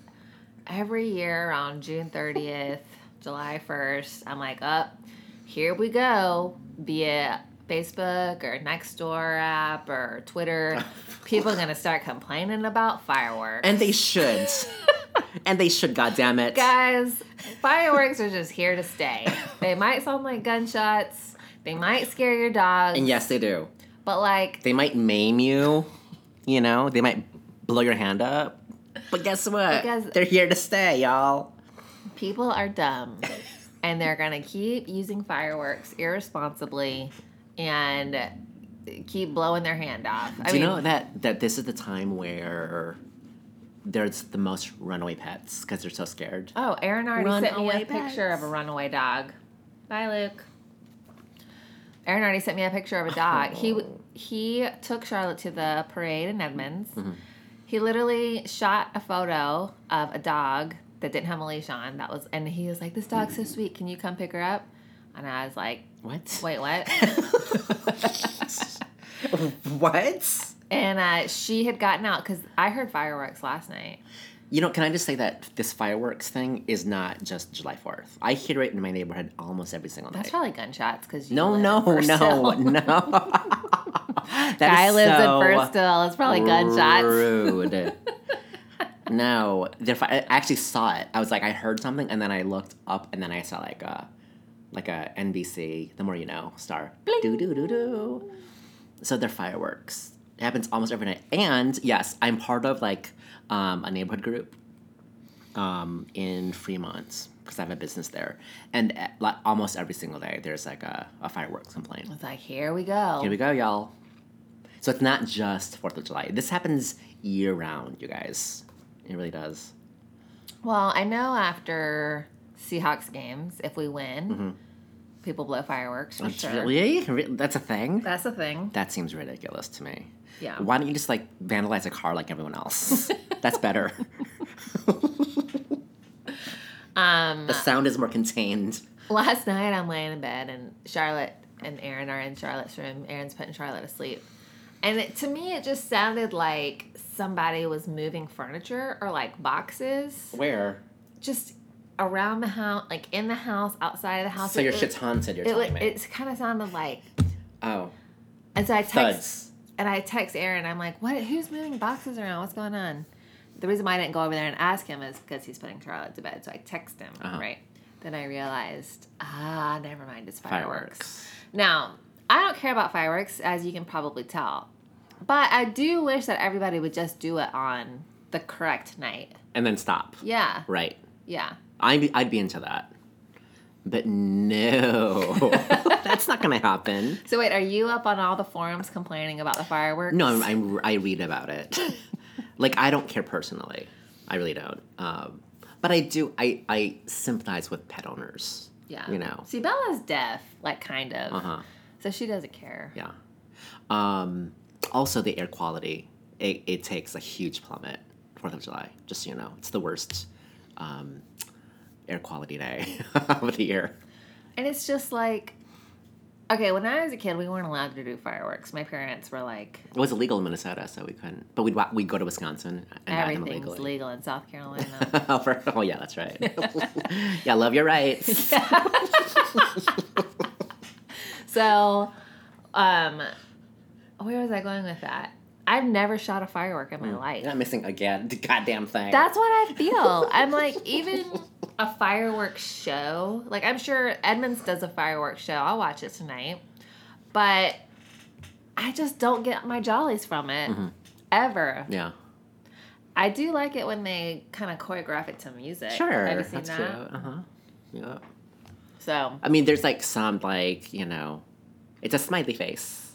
Speaker 2: every year around June 30th, July 1st, I'm like, up, here we go via Facebook or Nextdoor app or Twitter. People are gonna start complaining about fireworks.
Speaker 1: And they should. and they should, goddammit. it.
Speaker 2: Guys, fireworks are just here to stay. They might sound like gunshots. They might scare your dogs.
Speaker 1: And yes, they do.
Speaker 2: But like,
Speaker 1: They might maim you, you know, they might blow your hand up. But guess what?
Speaker 2: Because-
Speaker 1: They're here to stay, y'all.
Speaker 2: people are dumb, and they're gonna keep using fireworks irresponsibly, and keep blowing their hand off. I
Speaker 1: do you
Speaker 2: mean,
Speaker 1: know that that this is the time where there's the most runaway pets because they're so scared?
Speaker 2: Oh, Aaron already sent me a
Speaker 1: Runaway
Speaker 2: picture
Speaker 1: pets.
Speaker 2: of a runaway dog. Bye, Luke. Aaron already sent me a picture of a dog. He
Speaker 1: Oh.
Speaker 2: he took Charlotte to the parade in Edmonds.
Speaker 1: Mm-hmm.
Speaker 2: He literally shot a photo of a dog that didn't have a leash on. That was and he was like, "This dog's
Speaker 1: Mm-hmm.
Speaker 2: so sweet. Can you come pick her up?" And I was like,
Speaker 1: What?
Speaker 2: "Wait, what?"
Speaker 1: what?
Speaker 2: and uh, she had gotten out because I heard fireworks last night.
Speaker 1: You know, can I just say that this fireworks thing is not just July 4th? I hear it in my neighborhood almost every single
Speaker 2: That's
Speaker 1: night.
Speaker 2: probably gunshots because
Speaker 1: No, no, no, no. That
Speaker 2: Guy
Speaker 1: is
Speaker 2: lives
Speaker 1: so-
Speaker 2: in Burstall. It's probably gunshots.
Speaker 1: Rude. no, they're fi- I actually saw it. I was like, I heard something, and then I looked up, and then I saw like a like a NBC, the more you know, star. Do do do do. So they're fireworks. It happens almost every night. And yes, I'm part of like um, a neighborhood group um, in Fremont because I have a business there. And uh, like almost every single day, there's like a, a fireworks complaint.
Speaker 2: It's like here we go.
Speaker 1: Here we go, y'all. So it's not just Fourth of July. This happens year round, you guys. It really does.
Speaker 2: Well, I know after Seahawks games, if we win, people blow fireworks for
Speaker 1: Mm-hmm. That's
Speaker 2: sure.
Speaker 1: Really? Re- That's a thing?
Speaker 2: That's a thing.
Speaker 1: That seems ridiculous to me.
Speaker 2: Yeah.
Speaker 1: Why don't you just like vandalize a car like everyone else? That's better.
Speaker 2: Um,
Speaker 1: the sound is more contained.
Speaker 2: last night I'm laying in bed and Charlotte and Aaron are in Charlotte's room. Aaron's putting Charlotte to sleep. And it, to me, it just sounded like somebody was moving furniture or like boxes
Speaker 1: Where?
Speaker 2: just around the house, like in the house, outside of the house.
Speaker 1: So
Speaker 2: It
Speaker 1: your
Speaker 2: was-
Speaker 1: shit's haunted, you're
Speaker 2: It,
Speaker 1: telling
Speaker 2: wa-
Speaker 1: me.
Speaker 2: it kind of sounded like.
Speaker 1: oh.
Speaker 2: And so I text,
Speaker 1: Thuds.
Speaker 2: and I text Aaron. I'm like, "What? Who's moving boxes around? What's going on?" The reason why I didn't go over there and ask him is because he's putting Charlotte to bed. So I text him,
Speaker 1: Uh-huh.
Speaker 2: right? Then I realized, ah, never mind, it's fireworks.
Speaker 1: Fireworks.
Speaker 2: Now I don't care about fireworks, as you can probably tell, but I do wish that everybody would just do it on the correct night.
Speaker 1: And then stop.
Speaker 2: Yeah,
Speaker 1: Right.
Speaker 2: yeah.
Speaker 1: I'd be, I'd be into that. But no. That's not going to happen.
Speaker 2: So wait, are you up on all the forums complaining about the fireworks?
Speaker 1: No, I'm, I'm, I read about it. like I don't care personally. I really don't. Um, but I do. I I sympathize with pet owners.
Speaker 2: yeah.
Speaker 1: You know.
Speaker 2: see, Bella's deaf, like kind of,
Speaker 1: Uh huh.
Speaker 2: so she doesn't care.
Speaker 1: Yeah. Um, also, the air quality. It, it takes a huge plummet. Fourth of July. Just so you know, it's the worst um, air quality day of the year.
Speaker 2: And it's just like, okay, when I was a kid, we weren't allowed to do fireworks. My parents were like,
Speaker 1: It was illegal in Minnesota, so we couldn't. But we'd wa- we'd go to Wisconsin and buy them
Speaker 2: everything's
Speaker 1: illegally.
Speaker 2: legal in South Carolina.
Speaker 1: For- oh yeah, that's right. yeah, love your rights.
Speaker 2: so, um, where was I going with that? I've never shot a firework in my life.
Speaker 1: You're not missing again. The goddamn thing.
Speaker 2: That's what I feel. I'm like, even a fireworks show, like, I'm sure Edmonds does a fireworks show. I'll watch it tonight. But I just don't get my jollies from it
Speaker 1: Mm-hmm.
Speaker 2: ever.
Speaker 1: yeah.
Speaker 2: I do like it when they kind of choreograph it to music.
Speaker 1: Sure.
Speaker 2: Have you seen
Speaker 1: that's
Speaker 2: that?
Speaker 1: cute. Uh huh. Yeah.
Speaker 2: So
Speaker 1: I mean, there's like some like you know, it's a smiley face.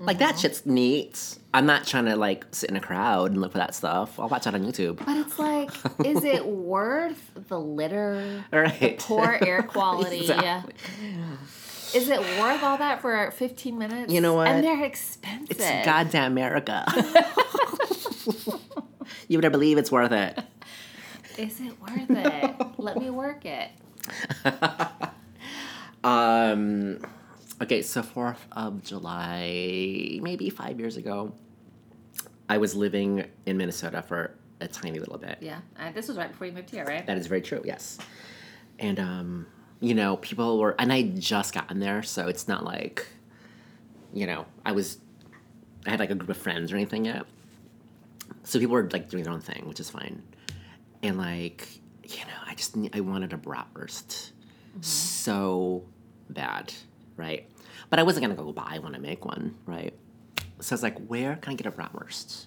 Speaker 1: Like that shit's neat. I'm not trying to like sit in a crowd and look for that stuff. I'll watch that on YouTube.
Speaker 2: But it's like, is it worth the litter?
Speaker 1: All right.
Speaker 2: Poor air quality.
Speaker 1: Exactly.
Speaker 2: Is it worth all that for 15 minutes?
Speaker 1: You know what?
Speaker 2: And they're expensive.
Speaker 1: It's goddamn America. you better believe it's worth it.
Speaker 2: Is it worth it? Let me work it.
Speaker 1: Um, okay, so 4th of July, maybe five years ago, I was living in Minnesota for a tiny little bit.
Speaker 2: Yeah. Uh, this was right before you moved here, right?
Speaker 1: That is very true, yes. And, um, you know, people were, and I had just gotten there, so it's not like, you know, I was, I had like a group of friends or anything yet. So people were like doing their own thing, which is fine. And like, you know, I just, ne- I wanted a bratwurst so bad, right? But I wasn't gonna go buy one and make one, right? So I was like, where can I get a bratwurst?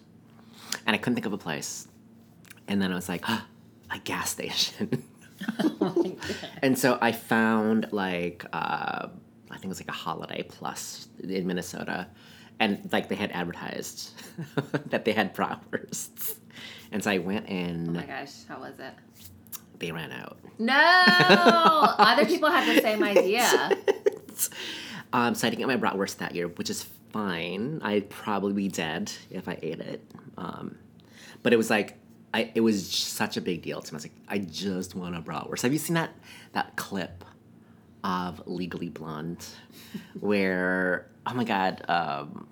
Speaker 1: And I couldn't think of a place. And then I was like, ah, a gas station. Oh,
Speaker 2: Oh
Speaker 1: and so I found like, uh, I think it was like a Holiday Plus in Minnesota. And like they had advertised that they had bratwursts. And so I went
Speaker 2: Oh
Speaker 1: and
Speaker 2: my gosh, how was it?
Speaker 1: they ran out.
Speaker 2: No! Other people had the same idea.
Speaker 1: Um, so I didn't get my bratwurst that year, which is fine. I'd probably be dead if I ate it. Um, but it was like, I, it was such a big deal to me. I was like, I just want a bratwurst. Have you seen that that clip of Legally Blonde, where oh my god, um,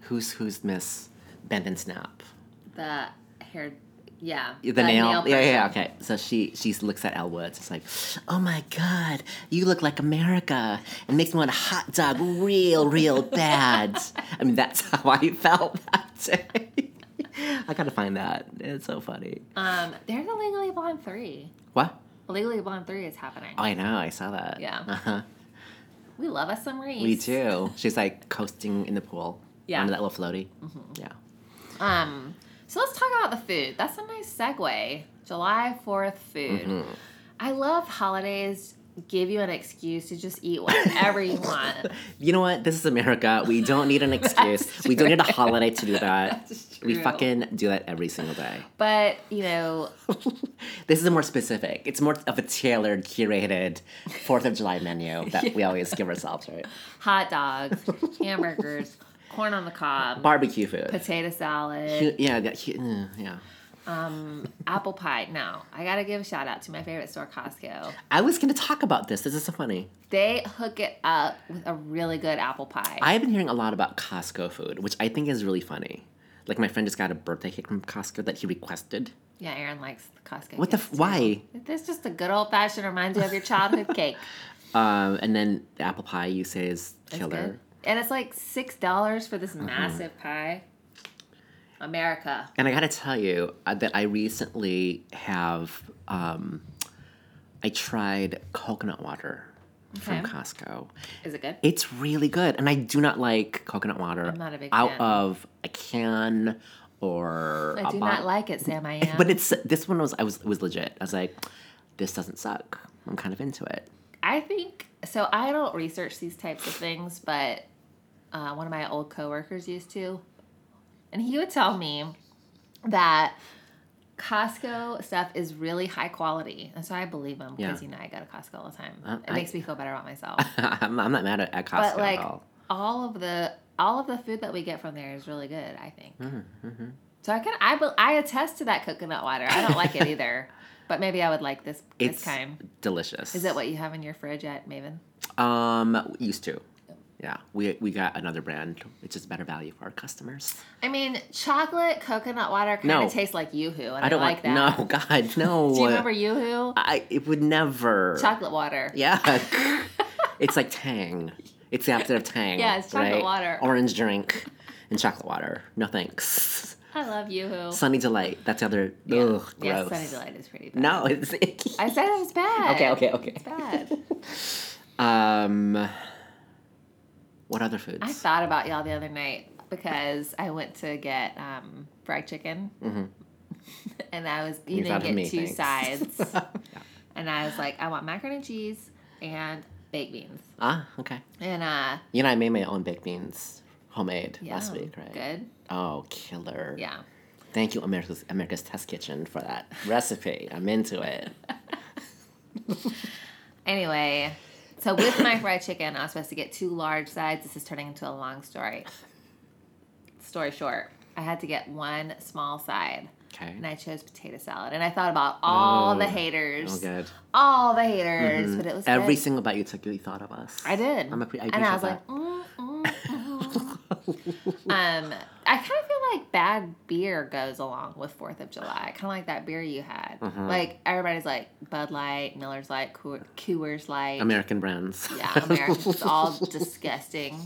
Speaker 1: who's who's Miss Bend and Snap?
Speaker 2: The hair, yeah.
Speaker 1: the nail. yeah, yeah,
Speaker 2: person.
Speaker 1: yeah, okay. So she she looks at Elle Woods. It's like, oh my god, you look like America, and makes me want a hot dog real, real bad. I mean, that's how I felt that day. I gotta find that. It's so funny.
Speaker 2: Um, there's a Legally Blonde 3.
Speaker 1: What?
Speaker 2: Legally Blonde 3 is happening.
Speaker 1: Oh, I know. I saw that.
Speaker 2: Yeah.
Speaker 1: Uh-huh.
Speaker 2: We love us some Reese.
Speaker 1: We do. She's like coasting in the pool.
Speaker 2: Yeah. Mm-hmm.
Speaker 1: Under that little floaty. Yeah.
Speaker 2: Um, so let's talk about the food. That's a nice segue. July 4th food.
Speaker 1: Mm-hmm.
Speaker 2: I love holidays give you an excuse to just eat whatever you want.
Speaker 1: You know what? This is America. We don't need an excuse.
Speaker 2: That's
Speaker 1: we don't need a
Speaker 2: true.
Speaker 1: holiday to do that.
Speaker 2: That's
Speaker 1: We
Speaker 2: true.
Speaker 1: fucking do that every single day.
Speaker 2: But, you know,
Speaker 1: this is more specific. It's more of a tailored, curated Fourth of July menu that we always give ourselves, right?
Speaker 2: hot dogs, hamburgers, corn on the cob,
Speaker 1: Barbecue food.
Speaker 2: potato salad,
Speaker 1: Hu- Yeah, that- hu- mm, yeah.
Speaker 2: um, apple pie. No, I gotta give a shout out to my favorite store, Costco.
Speaker 1: I was gonna talk about this. This is so funny.
Speaker 2: They hook it up with a really good apple pie.
Speaker 1: I've been hearing a lot about Costco food, which I think is really funny. Like my friend just got a birthday cake from Costco that he requested.
Speaker 2: yeah, Aaron likes the Costco.
Speaker 1: What the?
Speaker 2: cakes,
Speaker 1: F-
Speaker 2: too.
Speaker 1: why?
Speaker 2: That's just a good old fashioned reminds you of your childhood cake.
Speaker 1: Um, and then the apple pie you say is
Speaker 2: It's
Speaker 1: killer. Uh-huh.
Speaker 2: good. And it's like six dollars for this massive pie. America.
Speaker 1: And I gotta tell you uh, that I recently have um, I tried coconut water from
Speaker 2: Okay.
Speaker 1: Costco.
Speaker 2: Is it good?
Speaker 1: It's really good, and I do not like coconut water
Speaker 2: I'm not a big
Speaker 1: out
Speaker 2: fan.
Speaker 1: of a can or
Speaker 2: I
Speaker 1: a
Speaker 2: do
Speaker 1: bottle.
Speaker 2: not like it, Sam. I am.
Speaker 1: but it's this one was I was it was legit. I was like, this doesn't suck. I'm kind of into it.
Speaker 2: I think so. I don't research these types of things, but uh, one of my old coworkers used to, and he would tell me that Costco stuff is really high quality, and so I believe him because
Speaker 1: Yeah.
Speaker 2: you know I go to Costco all the time.
Speaker 1: Uh,
Speaker 2: it
Speaker 1: I-
Speaker 2: makes me feel better about myself.
Speaker 1: I'm, I'm not mad at, at Costco
Speaker 2: but like
Speaker 1: at all.
Speaker 2: all of the all of the food that we get from there is really good. I think.
Speaker 1: Mm-hmm,
Speaker 2: So I can I bel- I attest to that coconut water. I don't like it either, but maybe I would like this
Speaker 1: It's
Speaker 2: this time.
Speaker 1: delicious.
Speaker 2: Is it what you have in your fridge at Maven?
Speaker 1: Um, used to. Yeah, we we got another brand, which is better value for our customers.
Speaker 2: I mean, chocolate coconut water kind of
Speaker 1: No.
Speaker 2: tastes like YooHoo, and I,
Speaker 1: I don't
Speaker 2: like
Speaker 1: want-
Speaker 2: that.
Speaker 1: No, God, no.
Speaker 2: Do you remember YooHoo?
Speaker 1: I it would never.
Speaker 2: chocolate water.
Speaker 1: Yeah. it's like Tang. It's the opposite of Tang.
Speaker 2: Yeah, it's chocolate water.
Speaker 1: Orange drink and chocolate water. No thanks.
Speaker 2: I love YooHoo.
Speaker 1: Sunny delight. That's the other.
Speaker 2: Yeah.
Speaker 1: Ugh, gross.
Speaker 2: yeah, Sunny Delight is pretty bad.
Speaker 1: No, it's icky.
Speaker 2: I said it was bad.
Speaker 1: okay, okay, okay.
Speaker 2: It's bad.
Speaker 1: Um, what other foods?
Speaker 2: I thought about y'all the other night because I went to get um, fried chicken, and I was
Speaker 1: Mm-hmm. You
Speaker 2: you, didn't
Speaker 1: thought of
Speaker 2: get
Speaker 1: me,
Speaker 2: two
Speaker 1: thanks.
Speaker 2: sides, and I was like, I want macaroni and cheese and baked beans,
Speaker 1: ah, okay.
Speaker 2: and uh,
Speaker 1: You and I made my own baked beans, homemade
Speaker 2: yeah,
Speaker 1: last week, right?
Speaker 2: good,
Speaker 1: Oh, killer.
Speaker 2: yeah.
Speaker 1: Thank you, America's America's Test Kitchen, for that recipe. I'm into it.
Speaker 2: Anyway, so with my fried chicken, I was supposed to get two large sides. This is turning into a long story. Story short, I had to get one small side,
Speaker 1: Okay.
Speaker 2: and I chose potato salad. And I thought about all the
Speaker 1: Oh.
Speaker 2: haters,
Speaker 1: Oh, good.
Speaker 2: all the haters, but it was
Speaker 1: Mm-hmm. Every
Speaker 2: good.
Speaker 1: single bite you took, you thought of us.
Speaker 2: I did.
Speaker 1: I'm a pre- I
Speaker 2: and I was
Speaker 1: appreciate
Speaker 2: like, mm, mm, mm. um, I kind of feel like bad beer goes along with Fourth of July. Kind of like that beer you had.
Speaker 1: Mm-hmm.
Speaker 2: Like everybody's like Bud Light, Miller's Light, Coor- Coors Light.
Speaker 1: American brands.
Speaker 2: Yeah, Americans, it's all disgusting.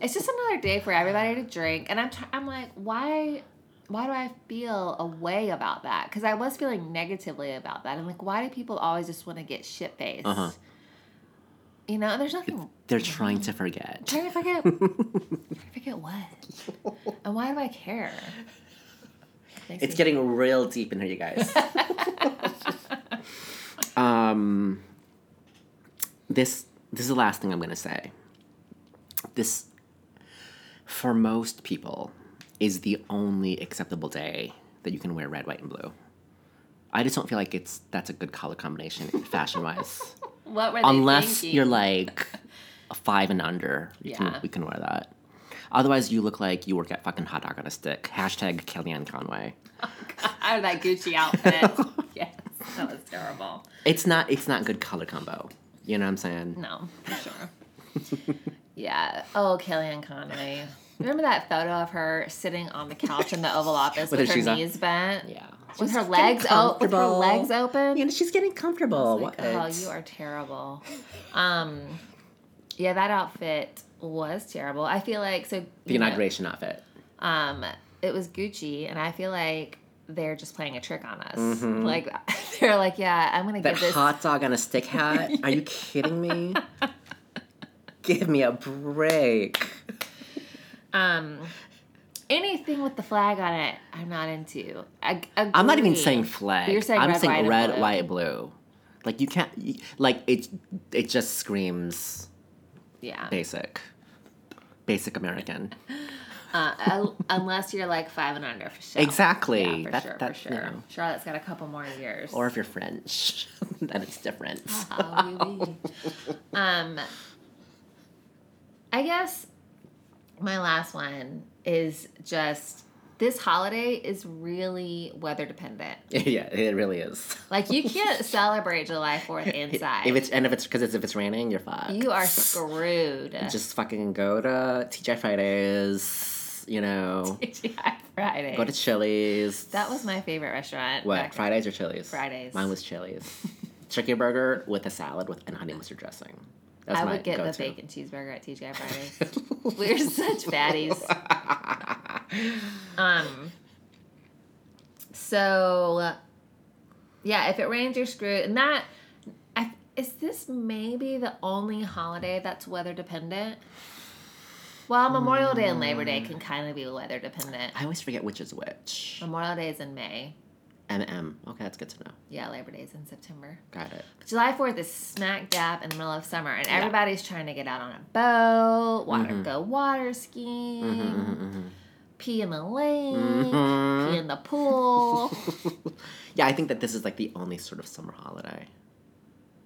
Speaker 2: It's just another day for everybody to drink, and I'm tr- I'm like, why, why do I feel a way about that? Because I was feeling negatively about that. I'm like, why do people always just want to get shit faced?
Speaker 1: Uh-huh.
Speaker 2: You know, there's nothing.
Speaker 1: They're trying to forget.
Speaker 2: Trying to forget. trying to forget what? And why do I care? Makes
Speaker 1: It's
Speaker 2: me-
Speaker 1: getting real deep in here, you guys. um, this this is the last thing I'm gonna say. This, for most people, is the only acceptable day that you can wear red, white, and blue. I just don't feel like it's that's a good color combination fashion wise.
Speaker 2: what were they
Speaker 1: unless
Speaker 2: thinking?
Speaker 1: you're like a five and under. You
Speaker 2: Yeah.
Speaker 1: can, we can wear that. Otherwise, you look like you work at fucking hot dog on a stick. Hashtag Kellyanne Conway.
Speaker 2: out of that Gucci outfit. yes, that was terrible.
Speaker 1: It's not. It's not good color combo. You know what I'm saying?
Speaker 2: No, for sure. yeah. Oh, Kellyanne Conway. Remember that photo of her sitting on the couch in the Oval Office
Speaker 1: With
Speaker 2: with,
Speaker 1: her
Speaker 2: her
Speaker 1: shoes on?
Speaker 2: knees bent?
Speaker 1: Yeah.
Speaker 2: With her
Speaker 1: She's getting
Speaker 2: legs open, with her
Speaker 1: comfortable.
Speaker 2: legs open.
Speaker 1: You know, she's getting comfortable. What?
Speaker 2: Like, oh, you are terrible. Um, yeah, that outfit was terrible. I feel like so
Speaker 1: the
Speaker 2: you know,
Speaker 1: inauguration outfit.
Speaker 2: um, it was Gucci, and I feel like they're just playing a trick on us. Like they're like, yeah, I'm gonna
Speaker 1: Mm-hmm. That
Speaker 2: give this.
Speaker 1: hot dog on a stick hat? Are you kidding me? Give me a break.
Speaker 2: Um, anything with the flag on it, I'm not into. I,
Speaker 1: I'm not even
Speaker 2: agree.
Speaker 1: saying flag.
Speaker 2: You're saying
Speaker 1: I'm
Speaker 2: red,
Speaker 1: saying
Speaker 2: white, and
Speaker 1: red,
Speaker 2: blue.
Speaker 1: white, blue. Like you can't. you- Like it. It just screams
Speaker 2: Yeah.
Speaker 1: basic, basic American.
Speaker 2: Uh, un- unless you're like five and under for sure.
Speaker 1: Exactly.
Speaker 2: Yeah, for
Speaker 1: That-
Speaker 2: sure,
Speaker 1: that-
Speaker 2: for sure.
Speaker 1: you know.
Speaker 2: Charlotte's got a couple more years.
Speaker 1: Or if you're French, then it's different.
Speaker 2: Oh, oui, oui. um, I guess my last one is just this holiday is really weather dependent.
Speaker 1: yeah, it really is.
Speaker 2: Like you can't celebrate July Fourth inside.
Speaker 1: If it's and if it's because it's if it's raining, you're fucked.
Speaker 2: you are screwed.
Speaker 1: Just fucking go to TJ Fridays. You know,
Speaker 2: TGI Friday.
Speaker 1: go to Chili's.
Speaker 2: that was my favorite restaurant.
Speaker 1: What
Speaker 2: back-
Speaker 1: Fridays or Chili's?
Speaker 2: Fridays.
Speaker 1: Mine was Chili's. Chicken burger with a salad with and honey mustard dressing. That's
Speaker 2: I
Speaker 1: my
Speaker 2: would get
Speaker 1: go-to.
Speaker 2: the bacon cheeseburger at TGI Fridays. We're such fatties. Um. So, yeah, if it rains, you're screwed. And that I, is this maybe the only holiday that's weather dependent. Well, Memorial Day and Labor
Speaker 1: Mm.
Speaker 2: Day can kind of be weather dependent.
Speaker 1: I always forget which is which.
Speaker 2: Memorial Day is in May.
Speaker 1: MM. Okay, that's good to know.
Speaker 2: Yeah, Labor Day is in September.
Speaker 1: Got it.
Speaker 2: July 4th is smack dab in the middle of summer, and everybody's trying to get out on a boat, water
Speaker 1: Mm-hmm.
Speaker 2: go water skiing, pee in the lake,
Speaker 1: Mm-hmm.
Speaker 2: pee in the pool.
Speaker 1: Yeah, I think that this is like the only sort of summer holiday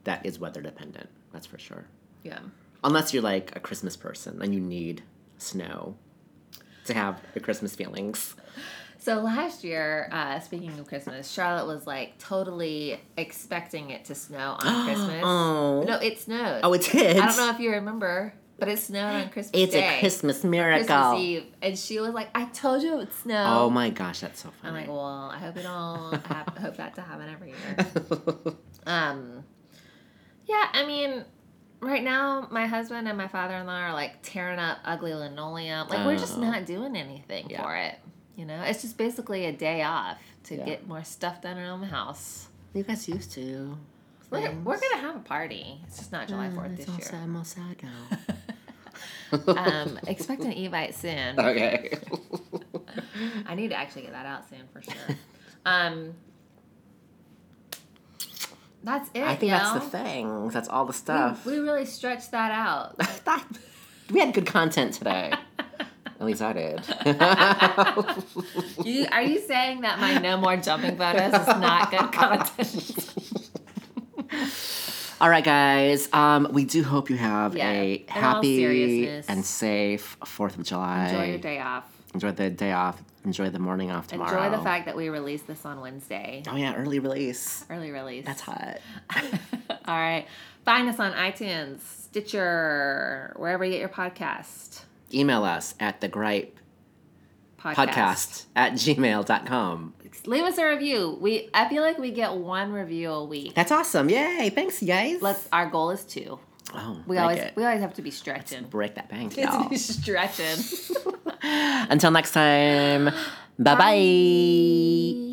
Speaker 1: that is weather dependent. That's for sure.
Speaker 2: yeah.
Speaker 1: Unless you're like a Christmas person and you need snow to have the Christmas feelings.
Speaker 2: So last year, uh, speaking of Christmas, Charlotte was like totally expecting it to snow on Christmas.
Speaker 1: Oh.
Speaker 2: No, it snowed.
Speaker 1: Oh, it is.
Speaker 2: I don't know if you remember, but it snowed on Christmas
Speaker 1: It's
Speaker 2: Day.
Speaker 1: a Christmas miracle.
Speaker 2: Christmas Eve. And she was like, I told you it would snow.
Speaker 1: Oh my gosh, that's so
Speaker 2: I'm
Speaker 1: funny.
Speaker 2: like, well, I hope it all hap- hope that to happen every year. Um, yeah, I mean, right now my husband and my father-in-law are like tearing up ugly linoleum. Like we're just
Speaker 1: Oh.
Speaker 2: not doing anything
Speaker 1: Yeah.
Speaker 2: for it. You know, it's just basically a day off to
Speaker 1: Yeah.
Speaker 2: get more stuff done around the house.
Speaker 1: you guys used to.
Speaker 2: We're, we're
Speaker 1: things.
Speaker 2: gonna have a party. Mm, It's just not July Fourth this year.
Speaker 1: I'm all sad now.
Speaker 2: Um, expect an evite soon.
Speaker 1: okay.
Speaker 2: I need to actually get that out soon for sure. Um, that's it.
Speaker 1: I think that's the
Speaker 2: y'all.
Speaker 1: thing. That's all the stuff.
Speaker 2: We really stretched that out.
Speaker 1: That- we had good content today. At least I did.
Speaker 2: You, are you saying that my no more jumping photos is not good content?
Speaker 1: all right, guys. Um, we do hope you have
Speaker 2: Yeah,
Speaker 1: a
Speaker 2: in all
Speaker 1: happy
Speaker 2: seriousness.
Speaker 1: and safe Fourth of July.
Speaker 2: Enjoy your day off.
Speaker 1: Enjoy the day off. Enjoy the morning off tomorrow.
Speaker 2: Enjoy the fact that we released this on Wednesday.
Speaker 1: Oh yeah, early release.
Speaker 2: Early release.
Speaker 1: That's hot.
Speaker 2: All right. Find us on iTunes, Stitcher, wherever you get your podcast.
Speaker 1: Email us at the gripe podcast at gmail.com.
Speaker 2: Leave us a review. We I feel like we get one review a week.
Speaker 1: That's awesome. Yay. Thanks, guys.
Speaker 2: Let's our goal is two.
Speaker 1: oh,
Speaker 2: We
Speaker 1: break
Speaker 2: always
Speaker 1: it.
Speaker 2: we always have to be stretching.
Speaker 1: break that bank,
Speaker 2: It's
Speaker 1: y'all.
Speaker 2: be stretching.
Speaker 1: Until next time, bye-bye. bye bye